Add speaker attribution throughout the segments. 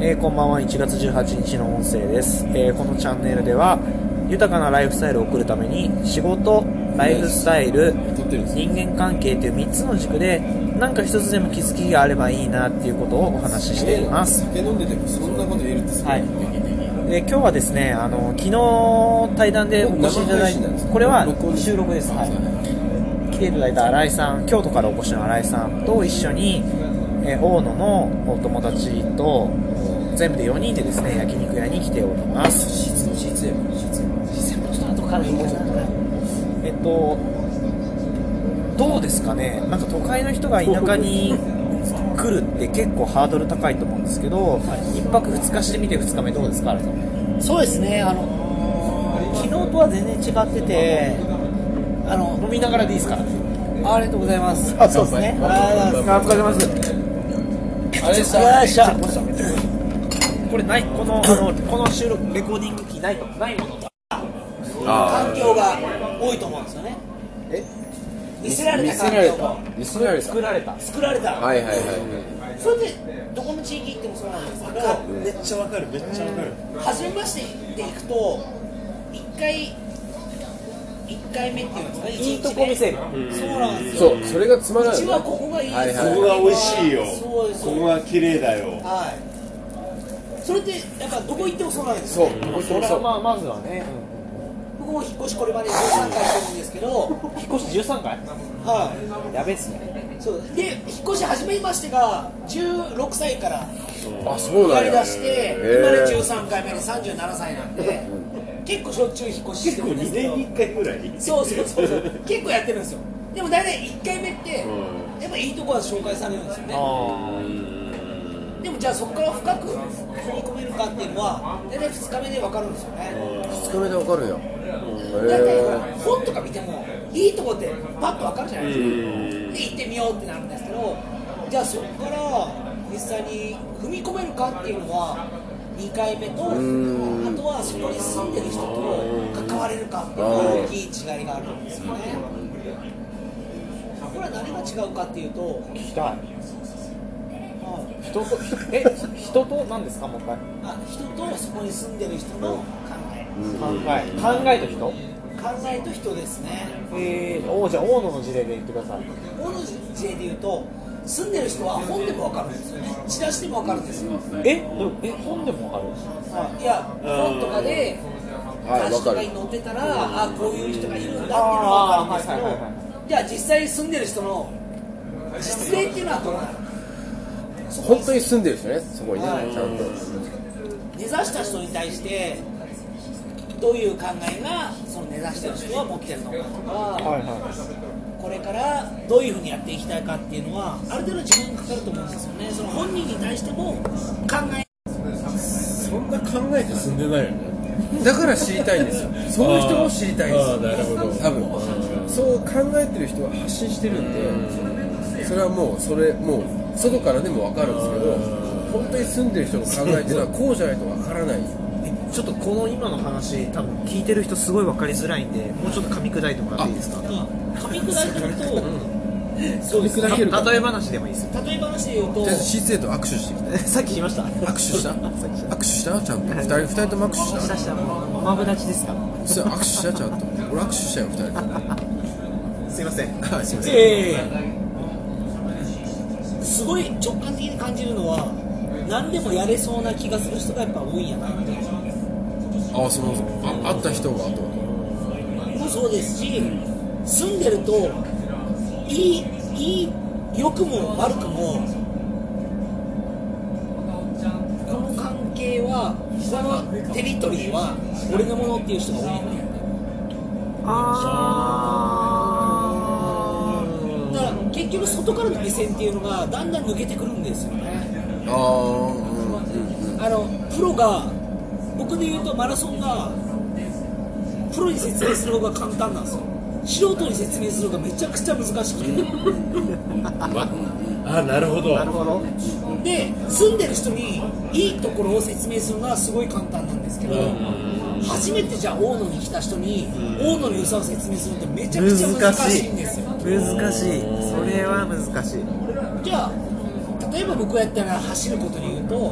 Speaker 1: えーこんばんは1月18日の音声です、えーこのチャンネルでは豊かなライフスタイルを送るために仕事ライフスタイル
Speaker 2: 撮ってるんです
Speaker 1: 人間関係という3つの軸で何か一つでも気づきがあればいいなっていうことをお話ししています
Speaker 2: 酒飲んでてもそんなこと言えるってすご
Speaker 1: はいで今日はですねあの昨日対談でお越しいただい
Speaker 2: 生配信なんです
Speaker 1: た
Speaker 2: か
Speaker 1: これは
Speaker 2: 録音です
Speaker 1: 収録です、はい、来ていただいた新井さん京都からお越しの新井さんと一緒に、えー大野のお友達と全部で4人でですね焼肉屋に来ております
Speaker 2: 質質や質
Speaker 1: 実際もうちょっと後からでいいかなえっとどうですかねなんか都会の人が田舎に来るって結構ハードル高いと思うんですけど、一1泊2日してみて2日目どうですか新井さん
Speaker 3: そうですね、あの昨日とは全然違ってて、あの
Speaker 1: 飲みながらでいいですから
Speaker 3: ありがとうございます。あ、そうですね。ありがとうござい
Speaker 1: あ、
Speaker 3: ま
Speaker 1: お疲れ様です。
Speaker 2: あれ
Speaker 3: す。よっしゃ。
Speaker 1: これない、この、あの、この収録、レコーディング機ないと、ないもの。
Speaker 3: 環境が多いと思うんですよね。
Speaker 2: え
Speaker 3: 見せられ
Speaker 2: 見
Speaker 3: た
Speaker 2: せ
Speaker 3: 環
Speaker 2: られ
Speaker 3: 境
Speaker 2: た
Speaker 3: と
Speaker 2: 見せられた
Speaker 1: 作られた。
Speaker 3: 作られた。
Speaker 2: はいはいはい
Speaker 3: それでどこの地域行ってもそうなんですけど、
Speaker 4: めっちゃわかるめっちゃわかる
Speaker 3: 初めましてで行くと一回一回目っていうんですかね。
Speaker 1: いい
Speaker 3: 一日目
Speaker 1: とこ見せる。
Speaker 3: そうなんですよ。
Speaker 2: そうそれがつまらな
Speaker 3: う
Speaker 2: い
Speaker 3: ちはここがいいです。
Speaker 2: はい
Speaker 4: ここが美味しいよ
Speaker 3: そうです。
Speaker 4: ここが綺麗だよ
Speaker 3: はい。それってやっぱどこ行ってもそうなんですよ。
Speaker 2: そうここ
Speaker 1: それ
Speaker 2: そ
Speaker 1: は
Speaker 2: う
Speaker 1: まあ、まずはね。
Speaker 3: 僕も引っ越しこれまで13回してるんですけど、
Speaker 1: 引っ越し十三回。
Speaker 3: は
Speaker 1: やべっすね。
Speaker 3: い。そうで引っ越し始めましてが16歳から
Speaker 2: あそうな
Speaker 3: や
Speaker 2: ん
Speaker 3: り
Speaker 2: や
Speaker 3: だして、今で13回目で37歳なんで、結構しょっちゅう引っ越しして
Speaker 4: 結構
Speaker 3: るんで
Speaker 4: 2
Speaker 3: すけど
Speaker 4: 年に。1回ぐらい
Speaker 3: そうそうそうそう。結構やってるんですよ。でも大体1回目って、やっぱいいとこは紹介されるんですよね。
Speaker 1: あ
Speaker 3: でもじゃあそこから深く踏み込めるかっていうのは大体2日目で分かるんですよね
Speaker 2: 2日目でわかるんや
Speaker 3: 大体ほら
Speaker 2: へ
Speaker 3: 本とか見てもいいとこってパッと分かるじゃないですかで行ってみようってなるんですけどじゃあそこから実際に踏み込めるかっていうのは2回目とあとはそこに住んでる人と関われるかっていうのが大きい違いがあるんですよねこれは何が違うかっていうと
Speaker 1: あ。聞きたい。
Speaker 3: まあ
Speaker 1: 人と、え、人と、なんですか、もう一回。
Speaker 3: あ人とそこに住んでる人の考え
Speaker 1: 考え、考えと人。
Speaker 3: 考えと人ですね
Speaker 1: えー、お、じゃあ、大野の事例で言ってください。
Speaker 3: 大野知恵で言うと住んでる人は本でも分かるんですよねチラシでも分かるんですよ、
Speaker 1: え、どうえ、本でもわかる。
Speaker 3: いや本とかで
Speaker 2: はい
Speaker 3: 雑誌とか
Speaker 2: わかる
Speaker 3: に載ってたらあこういう人がいるんだっていうの
Speaker 1: あー
Speaker 3: は分かるん
Speaker 1: はい
Speaker 3: で
Speaker 1: はいはい
Speaker 3: すけどじゃあ実際に住んでる人の実例っていうのはどうな
Speaker 2: ー
Speaker 3: の
Speaker 2: 本当に住んでる人ねそこにね
Speaker 3: はい
Speaker 2: ちゃんと
Speaker 3: 根ざした人に対してどういう考えがその根ざしてる人は持ってるのかとか、
Speaker 1: はいは
Speaker 3: これからどういうふうにやっていきたいかっていうのはある程度時間がかかると思うんですよねその本人に対しても考え
Speaker 4: そんな考えて住んでないよね
Speaker 2: だから知りたいんですよそういう人も知りたいんです
Speaker 4: あ
Speaker 2: よ
Speaker 4: ーなるほど
Speaker 2: 多分そう考えてる人は発信してるんでそれはもうそれもう外からでも分かるんですけど本当に住んでる人の考えっていうのは こうじゃないと分からない
Speaker 1: い。ちょっとこの今の話多分聞いてる人すごい分かりづらいんでもうちょっと噛み砕いてもらっていいですか
Speaker 3: 噛み砕いてると
Speaker 2: そうですけるか
Speaker 1: 例え話でもいいですよ
Speaker 3: 例え話で言うと
Speaker 2: じゃあシーツエイと握手してきて
Speaker 1: さっき言いました
Speaker 2: 握手 した握手したちゃんと
Speaker 1: はい
Speaker 2: 二人二人とも握手し
Speaker 1: 下
Speaker 2: た
Speaker 1: 下もうマブダチですから
Speaker 2: そう握手したちゃんと俺握手したよ二人と も
Speaker 1: すいません
Speaker 2: はいすいません
Speaker 3: ええすごい直感的に感じるのは何でもやれそうな気がする人がやっぱ多いんやなって
Speaker 2: ああそのあ会った人があと
Speaker 3: もそうですし住んでるといいいい良くも悪くもこの関係はこのテリトリーは俺のものっていう人が多いんだよ
Speaker 1: あ
Speaker 3: だから結局外からの目線っていうのがだんだん抜けてくるんですよね
Speaker 2: ああうんうん
Speaker 3: あのプロが僕で言うとマラソンがプロに説明する方が簡単なんですよ素人に説明する方がめちゃくちゃ難しくて
Speaker 4: あなるほど
Speaker 1: なるほど
Speaker 3: で住んでる人にいいところを説明するのはすごい簡単なんですけど、初めてじゃあ大野に来た人に大野の良さを説明するってめちゃくちゃ難しいんですよ
Speaker 1: 難しいそれは難しい
Speaker 3: じゃあ例えば僕がやったら走ることに言うと、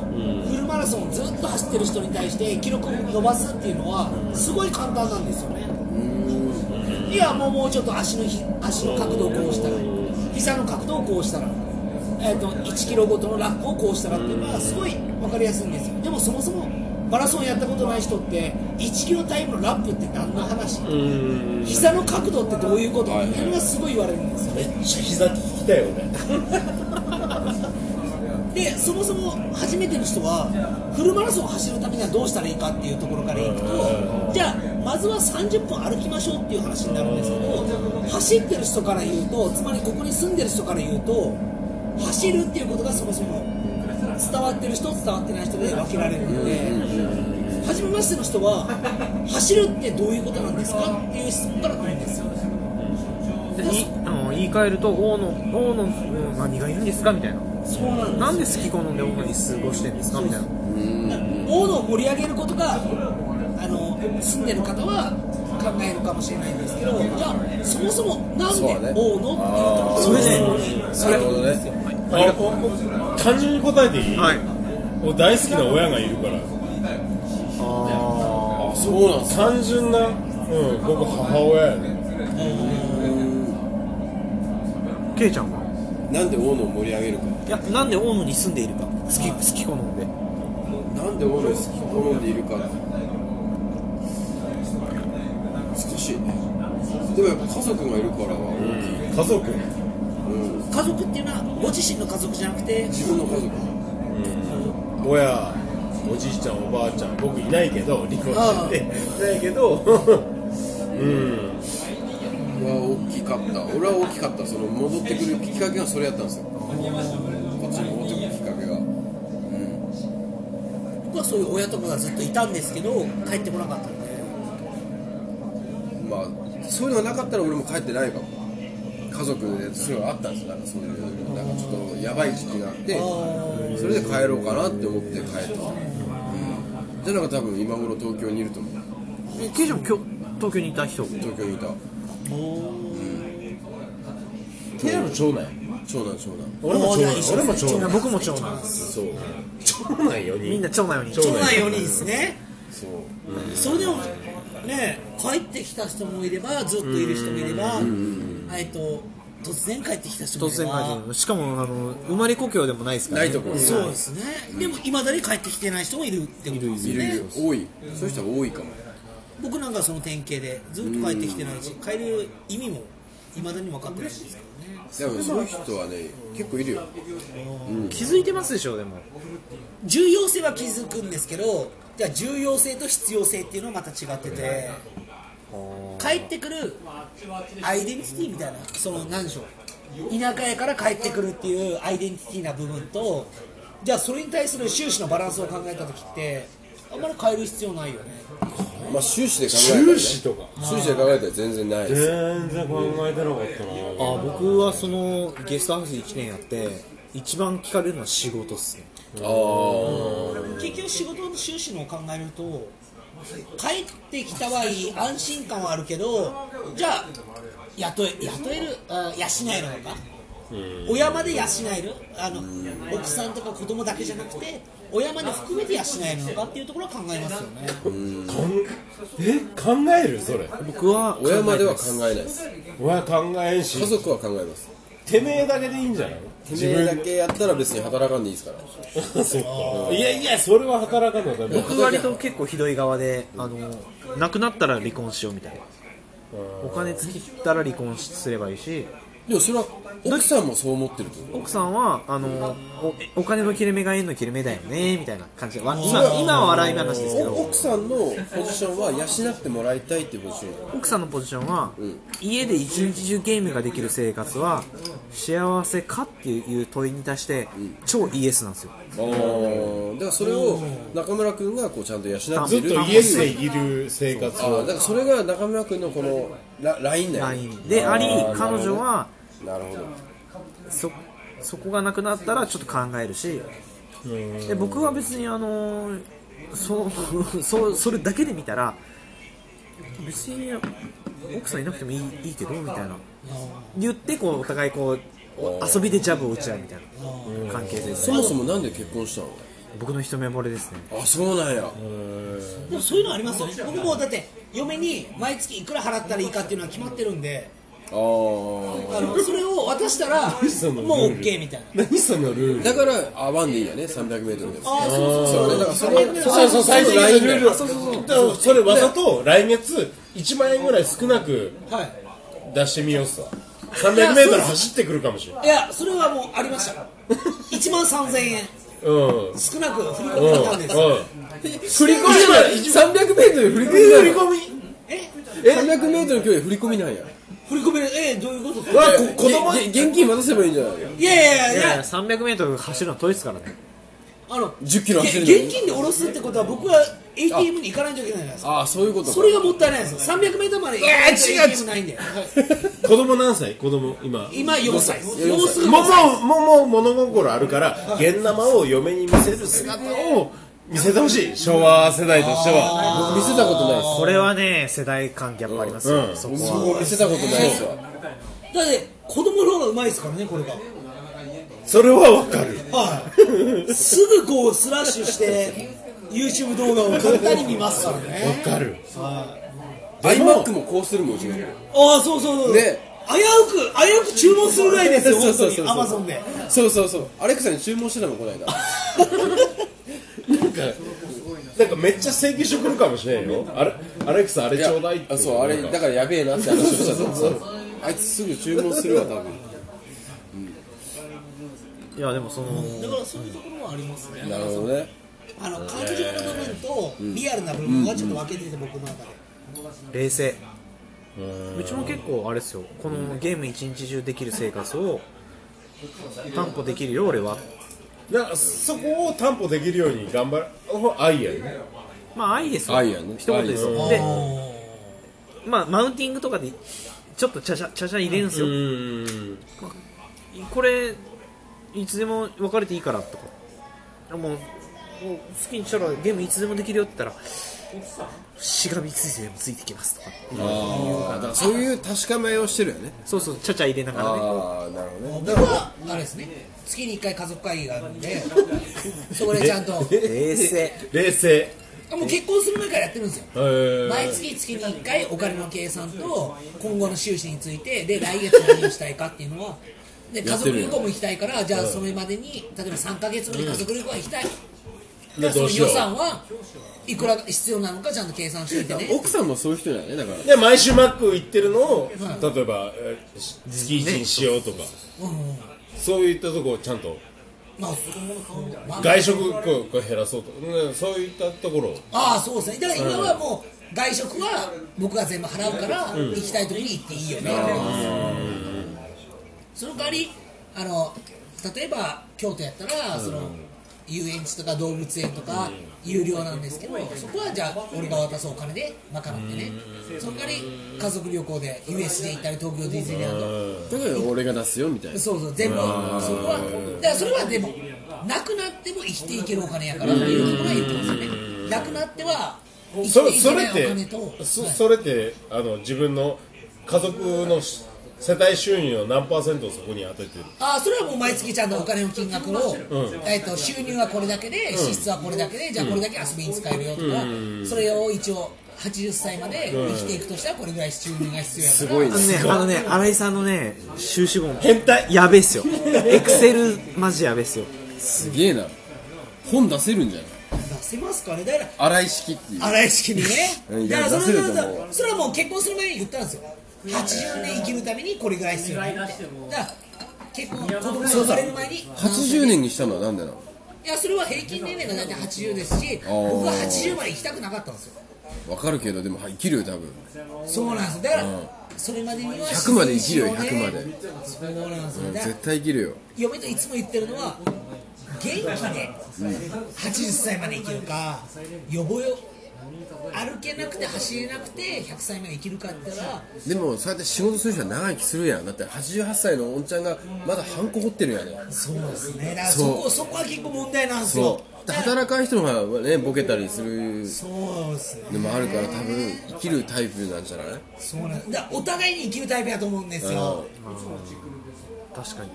Speaker 3: フルマラソンをずっと走ってる人に対して記録を伸ばすっていうのはすごい簡単なんですよねいやもうもうちょっと足のひ足の角度をこうしたら膝の角度をこうしたら、えー、と1キロごとのラップをこうしたらっていうのはすごい分かりやすいんですよでもそもそもマラソンやったことない人って1キロタイムのラップって何の話膝の角度ってどういうことっていうのがすごい言われるんですよね
Speaker 4: めっちゃ膝利きたよね
Speaker 3: でそもそも初めての人はフルマラソンを走るためにはどうしたらいいかっていうところからいくとじゃあまずは30分歩きましょうっていう話になるんですけど走ってる人から言うとつまりここに住んでる人から言うと走るっていうことがそもそも伝わってる人伝わってない人で分けられるので初めましての人は走るってどういうことなんですかっていう質問から来るんですよ
Speaker 1: いあの言い換えると大野大野うん何がいいんですかみたいな
Speaker 3: そうなんです
Speaker 1: なんで好き好んで大野に過ごしてんですかみたいな
Speaker 3: 大野を盛り上げることがあの住んでる方は考えるかもしれないんですけどじゃあそもそもなんで大野っていうと
Speaker 1: それね
Speaker 2: なるほどね
Speaker 4: あおお単純に答えていい、
Speaker 1: はい
Speaker 4: 俺大好きな親がいるから
Speaker 1: あ
Speaker 2: そうなんです
Speaker 4: 単純な、うん、僕母親やね
Speaker 1: あケイちゃんは
Speaker 2: なんで大野を盛り上げるか
Speaker 1: いやなんで大野に住んでいるか好き好き好んで
Speaker 2: なんで大野を好き好んでいるか少しいねでもやっぱ家族がいるからは
Speaker 4: 家族
Speaker 3: 家族っていうのはご自身の家族じゃなくて
Speaker 2: 自分の家族
Speaker 4: 親おじいちゃんおばあちゃん僕いないけど離婚してていないけどうん
Speaker 2: は大きかった俺は大きかったその戻ってくるきっかけがそれやったんですよこっちに戻ってくるきっかけが
Speaker 3: 僕はそういう親とかがずっといたんですけど帰ってこなかったんで
Speaker 2: まあそういうのがなかったら俺も帰ってないかも家族でそういうのがあったんですよなんかそういうなんかちょっとやばい時期があってそれで帰ろうかなって思って帰った、うん、じゃなんか多分今頃東京にいると思う
Speaker 1: えケイちゃんも今日東京にいた人
Speaker 2: 東京にいた
Speaker 4: ケイの長男
Speaker 2: 長男長男
Speaker 4: 俺も長
Speaker 3: おー
Speaker 4: 男俺も長男
Speaker 1: 僕も長男
Speaker 4: そう長男4人
Speaker 1: みんな長男より
Speaker 4: 長男
Speaker 3: ないようにですね
Speaker 2: そう
Speaker 3: それでもね帰ってきた人もいればずっといる人もいればえっと突然帰ってきた人も
Speaker 1: 突
Speaker 3: いれ
Speaker 1: 然
Speaker 3: ば
Speaker 1: 帰ってしかもあの生まれ故郷でもないですから、
Speaker 2: ない
Speaker 1: ね、
Speaker 2: ところ
Speaker 3: そうですね、でもいまだに帰ってきてない人もいるってことです
Speaker 2: い
Speaker 3: よ
Speaker 2: る
Speaker 3: ね
Speaker 2: いる多いそういう人は多いかも
Speaker 3: 僕なんかその典型でずっと帰ってきてないし帰る意味もいまだに分かってないんですけどね
Speaker 2: でもそういう人はね結構いるよ
Speaker 1: 気づいてますでしょでも
Speaker 3: 重要性は気づくんですけどじゃあ重要性と必要性っていうのはまた違ってて帰ってくるアイデンティティみたいなその何でしょう田舎やから帰ってくるっていうアイデンティティな部分とじゃあそれに対する収支のバランスを考えた時ってあんまり変える必要ないよね
Speaker 2: まあ収支で考えたら、ね、
Speaker 4: 終始とか
Speaker 2: 収支で考えたら全然ないです
Speaker 4: 全然考えてなかったな
Speaker 1: あ僕はそのゲストハウス1年やって一番聞かれるのは仕事っすね
Speaker 2: ああ
Speaker 3: 結局仕事の収支のを考えると帰ってきたはいい安心感はあるけどじゃあ雇え雇えるあ養えるのか親まで養えるあの奥さんとか子供だけじゃなくて親まで含めて養えるのかっていうところは考えますよね
Speaker 4: かんえ考えるそれ
Speaker 1: 僕は
Speaker 2: 親までは考
Speaker 1: 考え
Speaker 2: えないです
Speaker 4: 親考えんし
Speaker 2: 家族は考えます
Speaker 4: てめえだけでいいんじゃない
Speaker 2: 自分だけやったら別に働かんでいいですから
Speaker 4: そっかいやいやそれは働かんのだ め
Speaker 1: 僕割と結構ひどい側であの亡くなったら離婚しようみたいなお金尽きたら離婚すればいいし
Speaker 2: でもそれは奥さんもそう思ってると思う
Speaker 1: 奥さんはあのおお金の切れ目が縁の切れ目だよねみたいな感じでわ今今は笑い話ですけど
Speaker 2: お奥さんのポジションは養ってもらいたいっていうポジション
Speaker 1: 奥さんのポジションは、家で一日中ゲームができる生活は幸せかっていう問いに対して、超イエスなんですよ
Speaker 2: ああだからそれを中村君がこうちゃんと養ってる
Speaker 4: ずっと
Speaker 2: て
Speaker 4: イエスでいる生活
Speaker 2: ああ
Speaker 4: を
Speaker 2: だからそれが中村君のこのララインだよ
Speaker 1: ラ
Speaker 2: ね
Speaker 1: インであり
Speaker 2: ー
Speaker 1: 彼女は
Speaker 2: なるほど
Speaker 1: そそこがなくなったらちょっと考えるしで僕は別にあのーそう そうそれだけで見たら別に奥さんいなくてもいいいいけどみたいな言ってこうお互いこうお遊びでジャブを打ち合うみたいな関係です
Speaker 2: そ
Speaker 1: ね
Speaker 2: もそもなんで結婚したの
Speaker 1: 僕の一目惚れですね
Speaker 2: あそうなんや
Speaker 3: でもそういうのありますよね僕もだって嫁に毎月いくら払ったらいいかっていうのは決まってるんで
Speaker 2: ああ
Speaker 3: あのそれを渡したらもう
Speaker 4: そのルール
Speaker 3: OK みたいな
Speaker 4: 何そのルール
Speaker 2: だから会わんでいいんやね 300m でも
Speaker 3: ああそうそう
Speaker 2: そうねだからそれ
Speaker 4: そうそう最初
Speaker 2: ライン
Speaker 4: にルールをそうそれわざと来月1万円ぐらい少なく
Speaker 3: はい
Speaker 4: 出してみようさ 300m 走ってくるかもしれない
Speaker 3: いやそれはもうあり ました1万3000円
Speaker 4: うんうん
Speaker 3: 少なく振り
Speaker 4: うん
Speaker 3: 込みだったんですよ
Speaker 2: 振り込みなんや 300m 振り込みなんや
Speaker 3: え
Speaker 2: 300m の距離振り込みなんや
Speaker 3: 振り込めるえどういうこと
Speaker 2: わこ子供現金渡せばいいんじゃない
Speaker 3: いやいや
Speaker 1: い
Speaker 3: いや
Speaker 1: やい
Speaker 3: い
Speaker 1: や
Speaker 3: や
Speaker 1: 300m 走るの遠いですからね
Speaker 3: あの
Speaker 2: 10キロ走るの
Speaker 3: げ
Speaker 2: に
Speaker 3: 現金で下ろすってことは僕は ATM に行かないといけないじゃないですか
Speaker 2: ああそういうことか
Speaker 3: それがもったいないですよ 300m まで行かないと ATM な いんだよ
Speaker 4: 子供何歳子供今
Speaker 3: 今4歳も
Speaker 2: 歳
Speaker 3: うすぐ
Speaker 4: もう
Speaker 3: 5歳
Speaker 4: もうもう物心あるから現生を嫁に見せる姿を見せてほしい昭和世代としては
Speaker 2: 見せたことないっ
Speaker 1: これはね世代間ギャップありますよ、
Speaker 4: うん
Speaker 1: そ
Speaker 2: す
Speaker 1: こ
Speaker 2: そ
Speaker 1: は
Speaker 2: こ見せたことないっすわ
Speaker 3: だって子供の方がうまいですからねこれが
Speaker 4: それはわかる
Speaker 3: はいすぐこうスラッシュして YouTube 動画を簡単に見ますから
Speaker 4: わ
Speaker 3: ね
Speaker 4: かる
Speaker 2: iMac もこうするもんうちの
Speaker 3: ああそうそうそう、
Speaker 2: ね
Speaker 3: 危うく危うく注文するぐらいですよ
Speaker 2: そ
Speaker 3: 本
Speaker 2: うそう
Speaker 3: 当に
Speaker 2: そうそう
Speaker 3: Amazon で
Speaker 2: そうそうそうアレクサに注文してたもんこの間
Speaker 4: なんかめっちゃ請求書来るかもしれんよあれアレクサあれ
Speaker 2: い
Speaker 4: ち
Speaker 2: や
Speaker 4: ょうだいって
Speaker 2: あそうあれだからやべえなって話をしたと思うあいつすぐ注文するわ多分
Speaker 1: いやでもその
Speaker 3: だからそういうところもありますね
Speaker 2: なるほどね
Speaker 3: あの感情の部分とリアルな部分がちょっと分けてて僕の中で
Speaker 1: 冷静うちも結構あれですよこのゲーム一日中できる生活を担保できるよ俺は
Speaker 4: だからそこを担保できるように頑張る愛やね
Speaker 1: まあ愛ですよ
Speaker 2: 愛やね
Speaker 1: 一言ですよ
Speaker 4: 愛
Speaker 1: でまあマウンティングとかでちょっとちゃちゃちゃちゃ入れるんですよ、
Speaker 4: ん
Speaker 1: これいつでも別れていいからとかもうもう好きにしたらゲームいつでもできるよって言ったらしがみついてでもついてきますとか
Speaker 2: あだからそういう確かめをしてるよね
Speaker 1: そうそうちゃちゃ入れながらね
Speaker 2: ああなるほどね
Speaker 3: 僕はあれですね月に1回家族会議があるん でそこでちゃんとも
Speaker 1: 冷静
Speaker 4: 冷静
Speaker 3: う結婚する前からやってるんですよ
Speaker 4: えー
Speaker 3: 毎月月に1回お金の計算と今後の収支についてで来月何をしたいかっていうのはで家族旅行も行きたいからじゃあそれまでに例えば3ヶ月後に家族旅行は行きたい、じゃあそ
Speaker 4: ど
Speaker 3: の
Speaker 4: うしよ
Speaker 3: 予
Speaker 4: う
Speaker 3: 算はいくら必要なのかちゃんと計算していてね
Speaker 2: 奥さんもそういう人だよねだから
Speaker 4: で毎週マック行ってるのを例えばえーし月一にしようとかそういったとこをちゃんと
Speaker 3: まあ今後の顔みたいな
Speaker 4: 外食こうこう減らそうとかうんそういったところを
Speaker 3: ああそうですねだから今はもう外食は僕が全部払うから行きたい時に行っていいよね、その代わりあの例えば京都やったらその遊園地とか動物園とか有料なんですけどそこはじゃあ俺が渡すお金で賄ってねその代わり家族旅行で USJ 行ったり東京ディズニーランド
Speaker 2: だから俺が出すよみたいな
Speaker 3: そうそう全部そこはだからそれはでもなくなっても生きていけるお金やからっていうところは言ってますよねなくなっては生き
Speaker 4: それ
Speaker 3: てい
Speaker 4: そ
Speaker 3: けな
Speaker 4: れ
Speaker 3: い
Speaker 4: っ
Speaker 3: お金と
Speaker 4: てそ
Speaker 3: はい
Speaker 4: それってあの自分の家族のし世帯収入の何パーセントをそこに当ててる
Speaker 3: あーそれはもう毎月ちゃんとお金の金額を、えっと収入はこれだけで支出はこれだけで、じゃあこれだけ遊びに使えるよとか、それを一応80歳まで生きていくとしたらこれぐらい収入が必要やか
Speaker 2: す
Speaker 3: ら
Speaker 2: ごい
Speaker 1: あのね、あのね、新井さんのね、収支本、
Speaker 4: 変態
Speaker 1: やべっすよ。エクセル、マジやべっすよ。
Speaker 2: すげえな本出せるんじゃない
Speaker 3: 出せますかねだから
Speaker 2: 荒い式っていう
Speaker 3: 荒井式に
Speaker 2: うん
Speaker 3: ね
Speaker 2: い
Speaker 3: だ
Speaker 2: や
Speaker 3: からそれ
Speaker 2: 出せると思う
Speaker 3: はそれはもう結婚する前に言ったんですよ80年生きるためにこれぐらい必要だってだから結婚子供が生まれる前に
Speaker 2: 80年にしたのはなんでなの
Speaker 3: いやそれは平均年齢が大体80ですし
Speaker 2: あー
Speaker 3: 僕は80まで行きたくなかったんですよ
Speaker 2: わかるけどでも生きるよ多分
Speaker 3: そうなんですだから、それまでには
Speaker 2: 100まで生きるよ
Speaker 3: 自
Speaker 2: 100
Speaker 3: 然
Speaker 2: ま
Speaker 3: に
Speaker 2: で
Speaker 3: ねそうなんですよだから
Speaker 2: 絶対生きるよ
Speaker 3: 嫁といつも言ってるのは元気で80歳まで生きるか予防よ歩けなくて走れなくて100歳まで生きるかって言ったら
Speaker 2: でもそうやって仕事する人は長生きするやんだって88歳のおんちゃんがまだハンコ掘ってるやんね
Speaker 3: そうですねだからそ
Speaker 2: そう
Speaker 3: こそこは結構問題なんですよ
Speaker 2: そう働かん人の方がねボケたりする
Speaker 3: そうですね
Speaker 2: のもあるから多分生きるタイプなんじゃない
Speaker 3: そうなんだからお互いに生きるタイプやと思うんですよ
Speaker 4: 確かに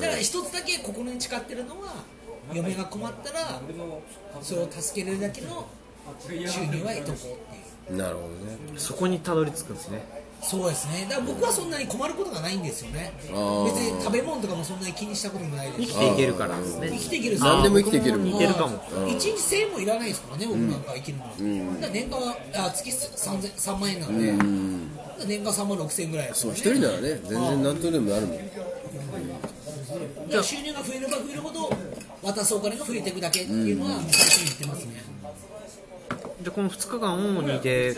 Speaker 3: だから一つだけ心に誓ってるのは嫁が困ったらそれを助けれるだけの収入は得とこうっていう
Speaker 2: なるほどね
Speaker 5: そこにたどり着くんですね
Speaker 3: そうですねだから僕はそんなに困ることがないんですよね別
Speaker 2: ー
Speaker 3: に食べ物とかもそんなに気にしたこともないで
Speaker 5: 生き
Speaker 3: すして
Speaker 5: いけるからです
Speaker 3: 生
Speaker 5: ね
Speaker 3: きていける
Speaker 2: 何でも生きていけるもん
Speaker 5: 僕も似てるかも
Speaker 3: 1日1000円もいらないですからね、僕なんか生きるのは、だから年間はあ月3千3万円なんで、だから年間3万6000円ぐらいです
Speaker 2: そう
Speaker 3: よね
Speaker 2: 一人ならね全然何とでもなるもん
Speaker 3: だから収入が増えれば増えるほど渡すお金が増えていくだけっていうのは最近言ってますね、
Speaker 5: でこの2日間主にで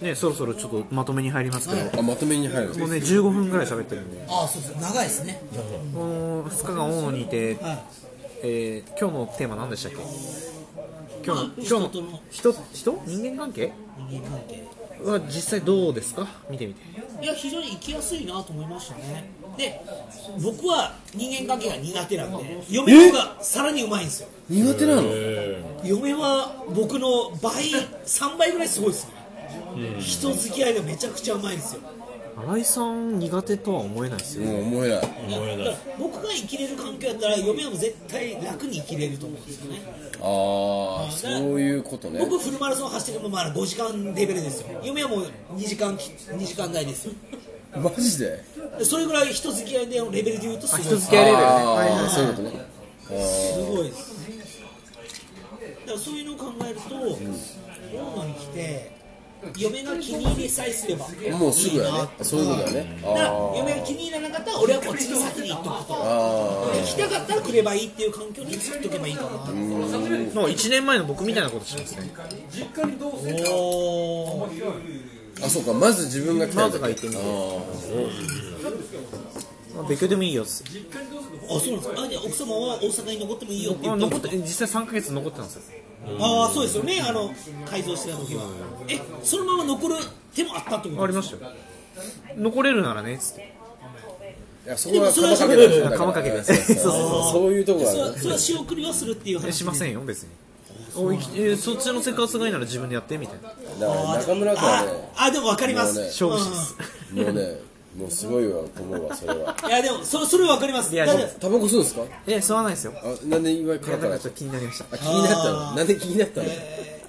Speaker 5: ねそろそろちょっとまとめに入りますけど
Speaker 2: あまとめに入る
Speaker 5: もうね15分ぐらい喋ってるんで
Speaker 3: ああそうそう長いですね
Speaker 5: この2日間主にで
Speaker 3: は
Speaker 5: えー今日のテーマ何でしたっけ今日の今日の
Speaker 3: 人との
Speaker 5: 人人人間関係
Speaker 3: い人間関係
Speaker 5: は実際どうですか見てみて
Speaker 3: いや非常に生きやすいなと思いましたねで僕は人間関係が苦手なんで嫁の方がさらにうまいんですよ
Speaker 2: 苦手なの
Speaker 3: 嫁は僕の倍3倍ぐらいすごいですね人付き合いがめちゃくちゃうまいんですよ
Speaker 5: 新井さん苦手とは思えないですよ
Speaker 2: もう思えない
Speaker 3: だから僕が生きれる環境やったら嫁はもう絶対楽に生きれると思うんですよね
Speaker 2: ああそういうことね
Speaker 3: 僕フルマラソン走ってるのもまだ5時間レベルですよ嫁はもう2時間2時間台ですよ
Speaker 2: マジで
Speaker 3: それぐらい人付き合いのレベルで言うとすごい
Speaker 5: 人付き合いレベルねはい
Speaker 2: ああそういうことね
Speaker 3: すごいですだからそういうのを考えると、オーマに来て嫁が気に入りさえすれば
Speaker 2: もうすぐや
Speaker 3: いい
Speaker 2: ね
Speaker 3: な
Speaker 2: そういうことだね
Speaker 3: だから
Speaker 2: あ
Speaker 3: 嫁が気に入らなかったら俺はこっちの先に行っとくと
Speaker 2: あ
Speaker 3: 行きたかったら来ればいいっていう環境に作っとけばいいかな
Speaker 5: もう1年前の僕みたいなことしてますね
Speaker 3: おー
Speaker 2: あそうかまず自分が来たんだ
Speaker 5: まずが行ってみて
Speaker 2: あー
Speaker 5: まあ別居でもいいよっす
Speaker 3: あそうなんですかあじゃあ奥様は大阪に残ってもいいよって
Speaker 5: ま
Speaker 3: 言
Speaker 5: あ
Speaker 3: って
Speaker 5: 残って実際3ヶ月残ってたんですよ
Speaker 3: ああそうですよねあの改造してた時はえそのまま残る手もあったってこと
Speaker 5: あり
Speaker 3: ですか
Speaker 5: ましたよ残れるならねっつって
Speaker 2: いやそこは
Speaker 3: でも
Speaker 2: 鎌
Speaker 3: そ
Speaker 2: 掛
Speaker 3: れ
Speaker 2: け
Speaker 3: は
Speaker 2: だよ
Speaker 5: 鎌掛けだよ
Speaker 2: そうそうそうそういうとこ
Speaker 3: それ
Speaker 2: があ
Speaker 3: は
Speaker 2: る
Speaker 3: それは仕送りはするっていう
Speaker 5: え
Speaker 3: 話
Speaker 5: しませんよ別においきえーそっちの生活がいいなら自分でやってみたいな
Speaker 2: だから中村君は
Speaker 3: あ
Speaker 2: ね
Speaker 3: あでも分かります、
Speaker 2: もうね
Speaker 5: 勝負師です
Speaker 2: もうねもうすごいわと思うわそれはい
Speaker 3: やでもそそれ分かります
Speaker 5: いや
Speaker 3: だっ
Speaker 5: で
Speaker 3: て
Speaker 5: も
Speaker 2: タバコ吸うんですか
Speaker 5: え吸わないですよ
Speaker 2: あなんで今
Speaker 5: いや
Speaker 2: から
Speaker 5: な
Speaker 2: か
Speaker 5: ん
Speaker 2: ら
Speaker 5: かちょっと気になりました
Speaker 2: あ気になったのなんで気になったの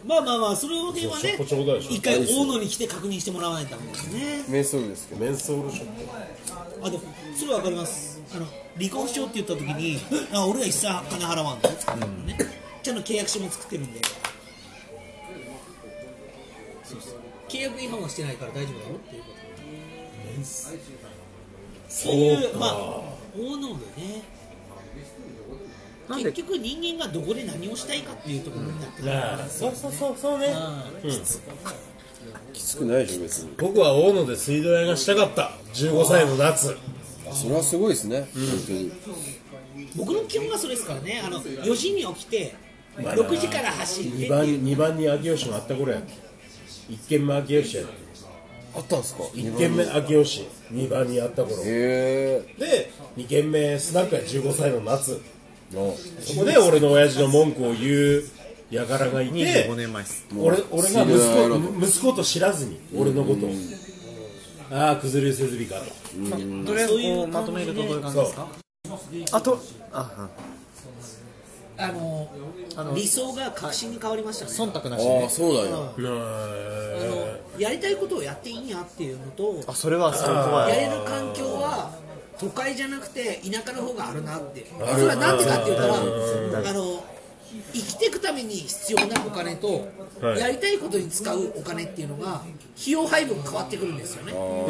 Speaker 3: まあまあまあそれをではね
Speaker 4: そこちょうだいでしょ
Speaker 3: 一回大野に来て確認してもらわないとダメですね
Speaker 2: 瞑想ですけど
Speaker 4: メンソールショッ
Speaker 3: あでもそれは分かりますあの離婚しようって言った時にあ俺は一切金払わんのって言ったのね、ちゃんと契約書も作ってるんでそうそう契約違反はしてないから大丈夫だよっていうことそういうまあ大野でね
Speaker 5: なん
Speaker 3: 結
Speaker 5: で
Speaker 3: 局人間がどこで何をしたいかっていうところになってくる
Speaker 4: ト
Speaker 1: そうそうそうそうね
Speaker 2: きつくないでしょ別に
Speaker 4: 僕は大野で水道屋がしたかった15歳の夏
Speaker 2: それはすごいですね本当に
Speaker 3: 僕の基本がそれですからねあの4時に起きて6時から走って
Speaker 4: 2番二番に秋吉があった頃や1軒目秋吉や
Speaker 2: あったんですか
Speaker 4: 1軒目秋吉2番にあった頃
Speaker 2: へえ
Speaker 4: で2軒目スナックや15歳の夏
Speaker 2: も
Speaker 4: そこで俺の親父の文句を言うやからがいて
Speaker 5: 25年前です
Speaker 4: 俺俺が息子息子と知らずに俺のことをああ崩れすずりかと
Speaker 5: とりあえず
Speaker 3: そういう
Speaker 5: こうまとめるとどういう感じですかあとあ
Speaker 3: あの理想が確信に変わりましたね
Speaker 5: 忖度なし
Speaker 2: ああ
Speaker 5: で
Speaker 2: そうだよ
Speaker 4: う
Speaker 3: あ
Speaker 4: ーん
Speaker 3: のやりたいことをやっていいんやっていうのと
Speaker 5: あそれはすごい怖
Speaker 3: や
Speaker 5: い
Speaker 3: れる環境は都会じゃなくて田舎の方があるなってそれはなんでかって言ったらあの生きていくために必要なお金と、
Speaker 4: はい
Speaker 3: やりたいことに使うお金っていうのが費用配分が変わってくるんですよね
Speaker 4: おうおうおう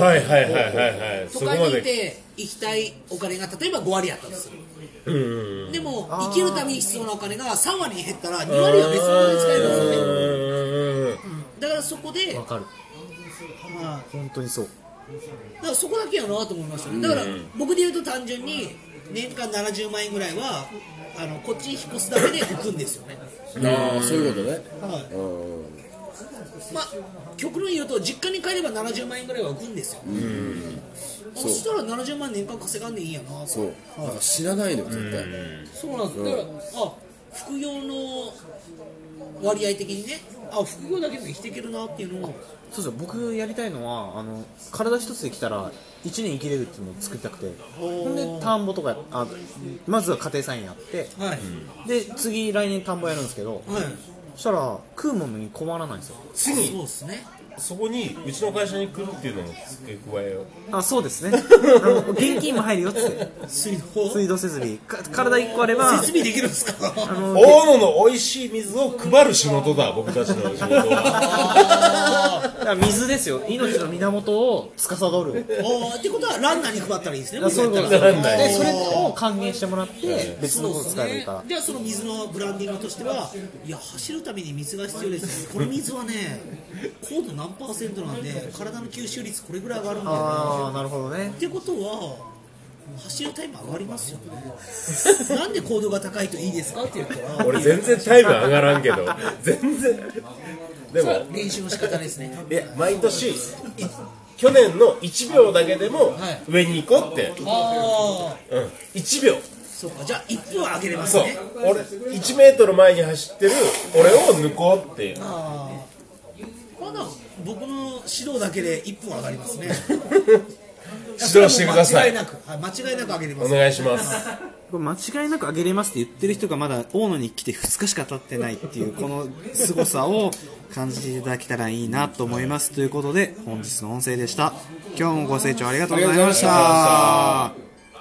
Speaker 4: はいはいはいはいはい
Speaker 3: 都
Speaker 4: そこ
Speaker 3: 会
Speaker 4: ま
Speaker 3: にい
Speaker 4: で
Speaker 3: て行きたいお金が例えば5割あったとする
Speaker 4: うんうん
Speaker 3: でも生きるために必要なお金が3割に減ったら2割は別のものに使えるんですよね
Speaker 4: うん
Speaker 3: だからそこで、
Speaker 5: わかる
Speaker 3: まあ
Speaker 5: 本当にそう
Speaker 3: だからそこだけやなと思いましたねだから僕で言うと単純に年間70万円ぐらいはあのこっちに引っ越すだけで浮くんですよね、
Speaker 2: ああそういうことね
Speaker 3: はい
Speaker 2: うん
Speaker 3: まあ極論言うと実家に帰れば70万円ぐらいは浮くんですよあそしたら70万円年間稼がんでいいんやなと
Speaker 2: そうなんか死なないのよ絶対
Speaker 3: そうなんですよだからあ副業の割合的にねあ副業だけで生きていけるなっていうのを
Speaker 1: そうそう僕やりたいのはあの体一つできたら1年生きれるっていうのを作りたくてほんで田んぼとかあまずは家庭菜園やって
Speaker 3: はい、
Speaker 1: で次来年田んぼやるんですけど
Speaker 3: はい、
Speaker 1: そしたら食うものに困らないんですよ
Speaker 4: 次
Speaker 3: そうで すね
Speaker 4: そこにうちの会社に来るっていうのを付け加えよう
Speaker 1: あそうですねあの現金も入るよっつって
Speaker 3: 水道
Speaker 1: 水道設備か体1個あれ ば
Speaker 3: 設備できるんですか
Speaker 1: あの
Speaker 4: 大野の美味しい水を配る仕事だ僕たちの仕事は
Speaker 1: だから水ですよ命の源を司る
Speaker 3: おーってことはランナーに配ったらいいですね
Speaker 1: あそういうこと
Speaker 4: だなんだよ
Speaker 1: でそれを還元してもらって別のこと使えばいいから
Speaker 3: じゃあその水のブランディングとしてはいや走るために水が必要ですこの水はね高度何パーセントなんで体の吸収率これぐらい上がるんだよな
Speaker 1: ああなるほどね
Speaker 3: ってことは走るタイム上が りますよねなんで高度が高いといいですかって言ったら
Speaker 4: 俺全然タイム上がらんけど全然でも
Speaker 3: 練習の仕方ですね
Speaker 4: いや毎年い去年の1秒だけでも
Speaker 3: はい
Speaker 4: 上に行こうって、
Speaker 3: ああ
Speaker 4: うん、1秒
Speaker 3: そうかじゃあ1分は上げれます
Speaker 4: そう
Speaker 3: ね
Speaker 4: 俺1メートル前に走ってる俺を抜こうって
Speaker 3: ああまだ僕の指導だけで1分は上がりますね
Speaker 4: 指導してくださ
Speaker 3: 間
Speaker 4: い
Speaker 3: 違いなく、はい、間違いなく上げれま
Speaker 4: お
Speaker 3: す
Speaker 4: 願いします
Speaker 1: これ間違いなくあげれますって言ってる人がまだ大野に来て2日しか経ってないっていうこの凄さを感じていただけたらいいなと思いますということで本日の音声でした今日もご清聴ありがとうございました